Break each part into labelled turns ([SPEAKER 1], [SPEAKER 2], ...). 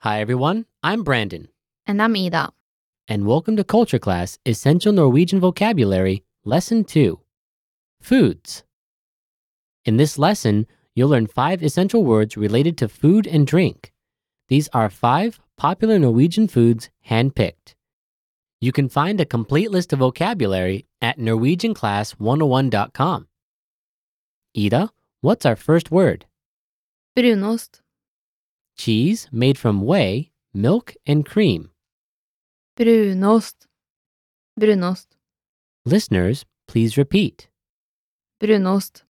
[SPEAKER 1] Hi everyone, I'm Brandon,
[SPEAKER 2] And I'm Ida.
[SPEAKER 1] and welcome to Culture Class Essential Norwegian Vocabulary, Lesson 2 Foods. In this lesson, you'll learn five essential words related to food and drink. These are five popular Norwegian foods handpicked. You can find a complete list of vocabulary at NorwegianClass101.com. Ida, what's our first word?
[SPEAKER 2] Brunost.
[SPEAKER 1] Cheese made from whey, milk, and cream.
[SPEAKER 2] Brunost. Brunost.
[SPEAKER 1] Listeners, please repeat.
[SPEAKER 2] Brunost.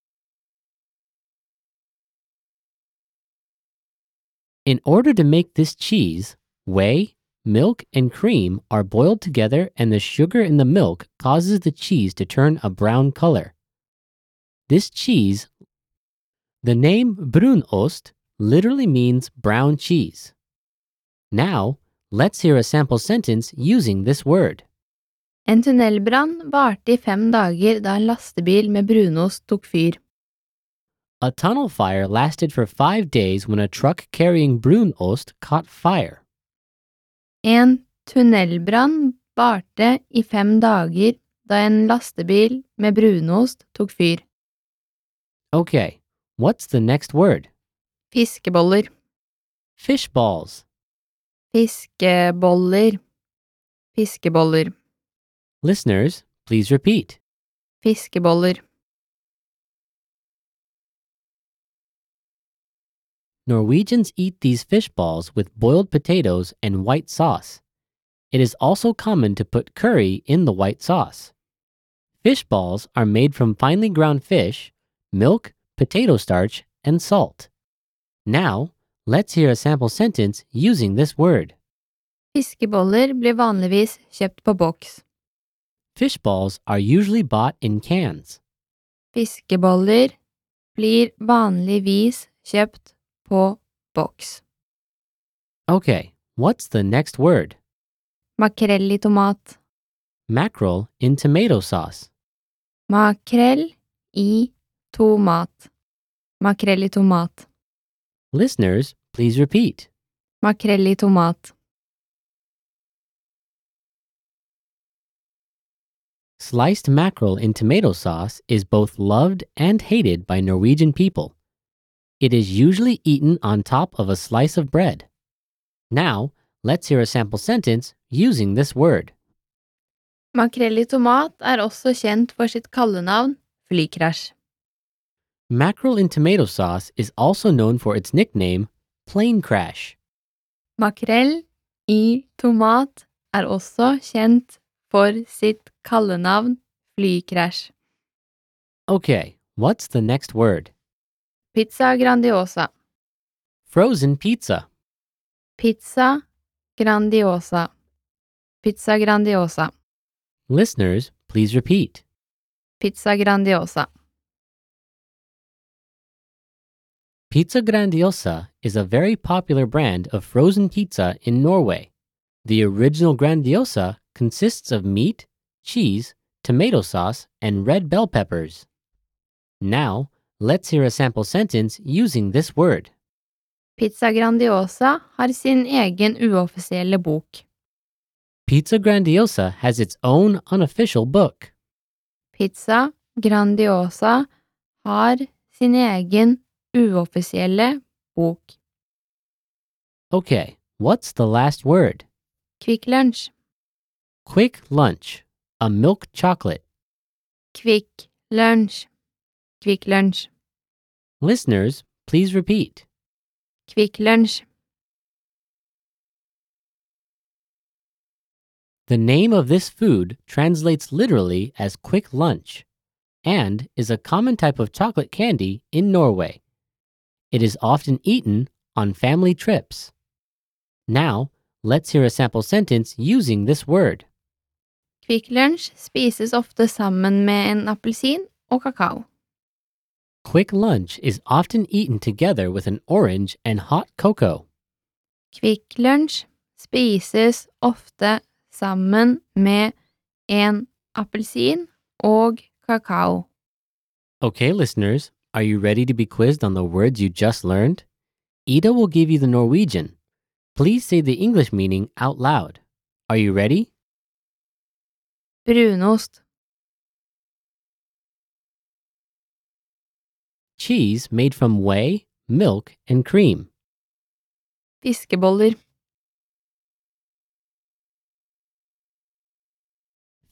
[SPEAKER 1] In order to make this cheese, whey, milk, and cream are boiled together, and the sugar in the milk causes the cheese to turn a brown color. This cheese, the name Brunost, literally means brown cheese. Now, let's hear a sample sentence using this word.
[SPEAKER 2] En tunnelbrann varte i fem dager da en lastebil med brunost tok fyr.
[SPEAKER 1] A tunnel fire lasted for five days when a truck carrying Brunost caught fire.
[SPEAKER 2] En tunnelbrann varte i fem dager da en lastebil med brunost tok fyr.
[SPEAKER 1] Okay, what's the next word?
[SPEAKER 2] Fiskeboller.
[SPEAKER 1] Fish balls.
[SPEAKER 2] Fiskeboller. Fiskeboller.
[SPEAKER 1] Listeners, please repeat.
[SPEAKER 2] Fiskeboller.
[SPEAKER 1] Norwegians eat these fish balls with boiled potatoes and white sauce. It is also common to put curry in the white sauce. Fish balls are made from finely ground fish, milk, potato starch, and salt. Now, let's hear a sample sentence using this word.
[SPEAKER 2] Fiskeboller blir vanligvis kjøpt på boks.
[SPEAKER 1] Fish balls are usually bought in cans.
[SPEAKER 2] Fiskeboller blir vanligvis kjøpt på boks.
[SPEAKER 1] Okay, what's the next word?
[SPEAKER 2] Makrell i tomat.
[SPEAKER 1] Mackerel in tomato sauce.
[SPEAKER 2] Makrell i tomat. Makrell i tomat.
[SPEAKER 1] Listeners, please repeat.
[SPEAKER 2] Makrell i tomat.
[SPEAKER 1] Sliced mackerel in tomato sauce is both loved and hated by Norwegian people. It is usually eaten on top of a slice of bread. Now, let's hear a sample sentence using this word.
[SPEAKER 2] Makrell i tomat er også kjent for sitt kallenavn flykrasj.
[SPEAKER 1] Mackerel in tomato sauce is also known for its nickname, plane crash.
[SPEAKER 2] Makrell i tomat er også kjent for sitt kallenavn flykrasj.
[SPEAKER 1] Okay, what's the next word?
[SPEAKER 2] Pizza Grandiosa.
[SPEAKER 1] Frozen pizza.
[SPEAKER 2] Pizza Grandiosa. Pizza Grandiosa.
[SPEAKER 1] Listeners, please repeat.
[SPEAKER 2] Pizza Grandiosa.
[SPEAKER 1] Pizza Grandiosa is a very popular brand of frozen pizza in Norway. The original Grandiosa consists of meat, cheese, tomato sauce, and red bell peppers. Now, let's hear a sample sentence using this word.
[SPEAKER 2] Pizza Grandiosa har sin egen uoffisielle bok.
[SPEAKER 1] Pizza Grandiosa has its own unofficial book.
[SPEAKER 2] Pizza Grandiosa har sin egen uoffisielle bok.
[SPEAKER 1] Okay, what's the last word?
[SPEAKER 2] Kvikk Lunsj.
[SPEAKER 1] Quick lunch, a milk chocolate.
[SPEAKER 2] Kvikk Lunsj. Kvikk Lunsj.
[SPEAKER 1] Listeners, please repeat.
[SPEAKER 2] Kvikk Lunsj.
[SPEAKER 1] The name of this food translates literally as quick lunch and is a common type of chocolate candy in Norway. It is often eaten on family trips. Now, let's hear a sample sentence using this word.
[SPEAKER 2] Kvikk Lunsj spises ofte sammen med en appelsin og kakao.
[SPEAKER 1] Quick lunch is often eaten together with an orange and hot cocoa.
[SPEAKER 2] Kvikk Lunsj spises ofte sammen med en appelsin og kakao.
[SPEAKER 1] Okay, listeners, are you ready to be quizzed on the words you just learned? Ida will give you the Norwegian. Please say the English meaning out loud. Are you ready?
[SPEAKER 2] Brunost.
[SPEAKER 1] Cheese made from whey, milk, and cream.
[SPEAKER 2] Fiskeboller.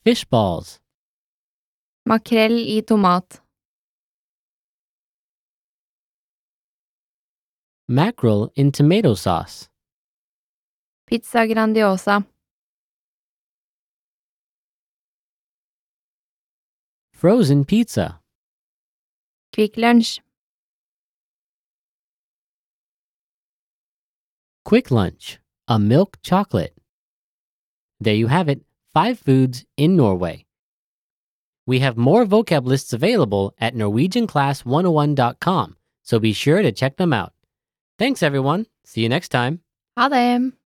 [SPEAKER 1] Fish balls.
[SPEAKER 2] Makrell i tomat.
[SPEAKER 1] Mackerel in tomato sauce.
[SPEAKER 2] Pizza Grandiosa.
[SPEAKER 1] Frozen pizza.
[SPEAKER 2] Quick Lunch.
[SPEAKER 1] Quick lunch. A milk chocolate. There you have it. Five foods in Norway. We have more vocab lists available at norwegianclass101.com, so be sure to check them out. Thanks, everyone. See you next time.
[SPEAKER 2] Ha det!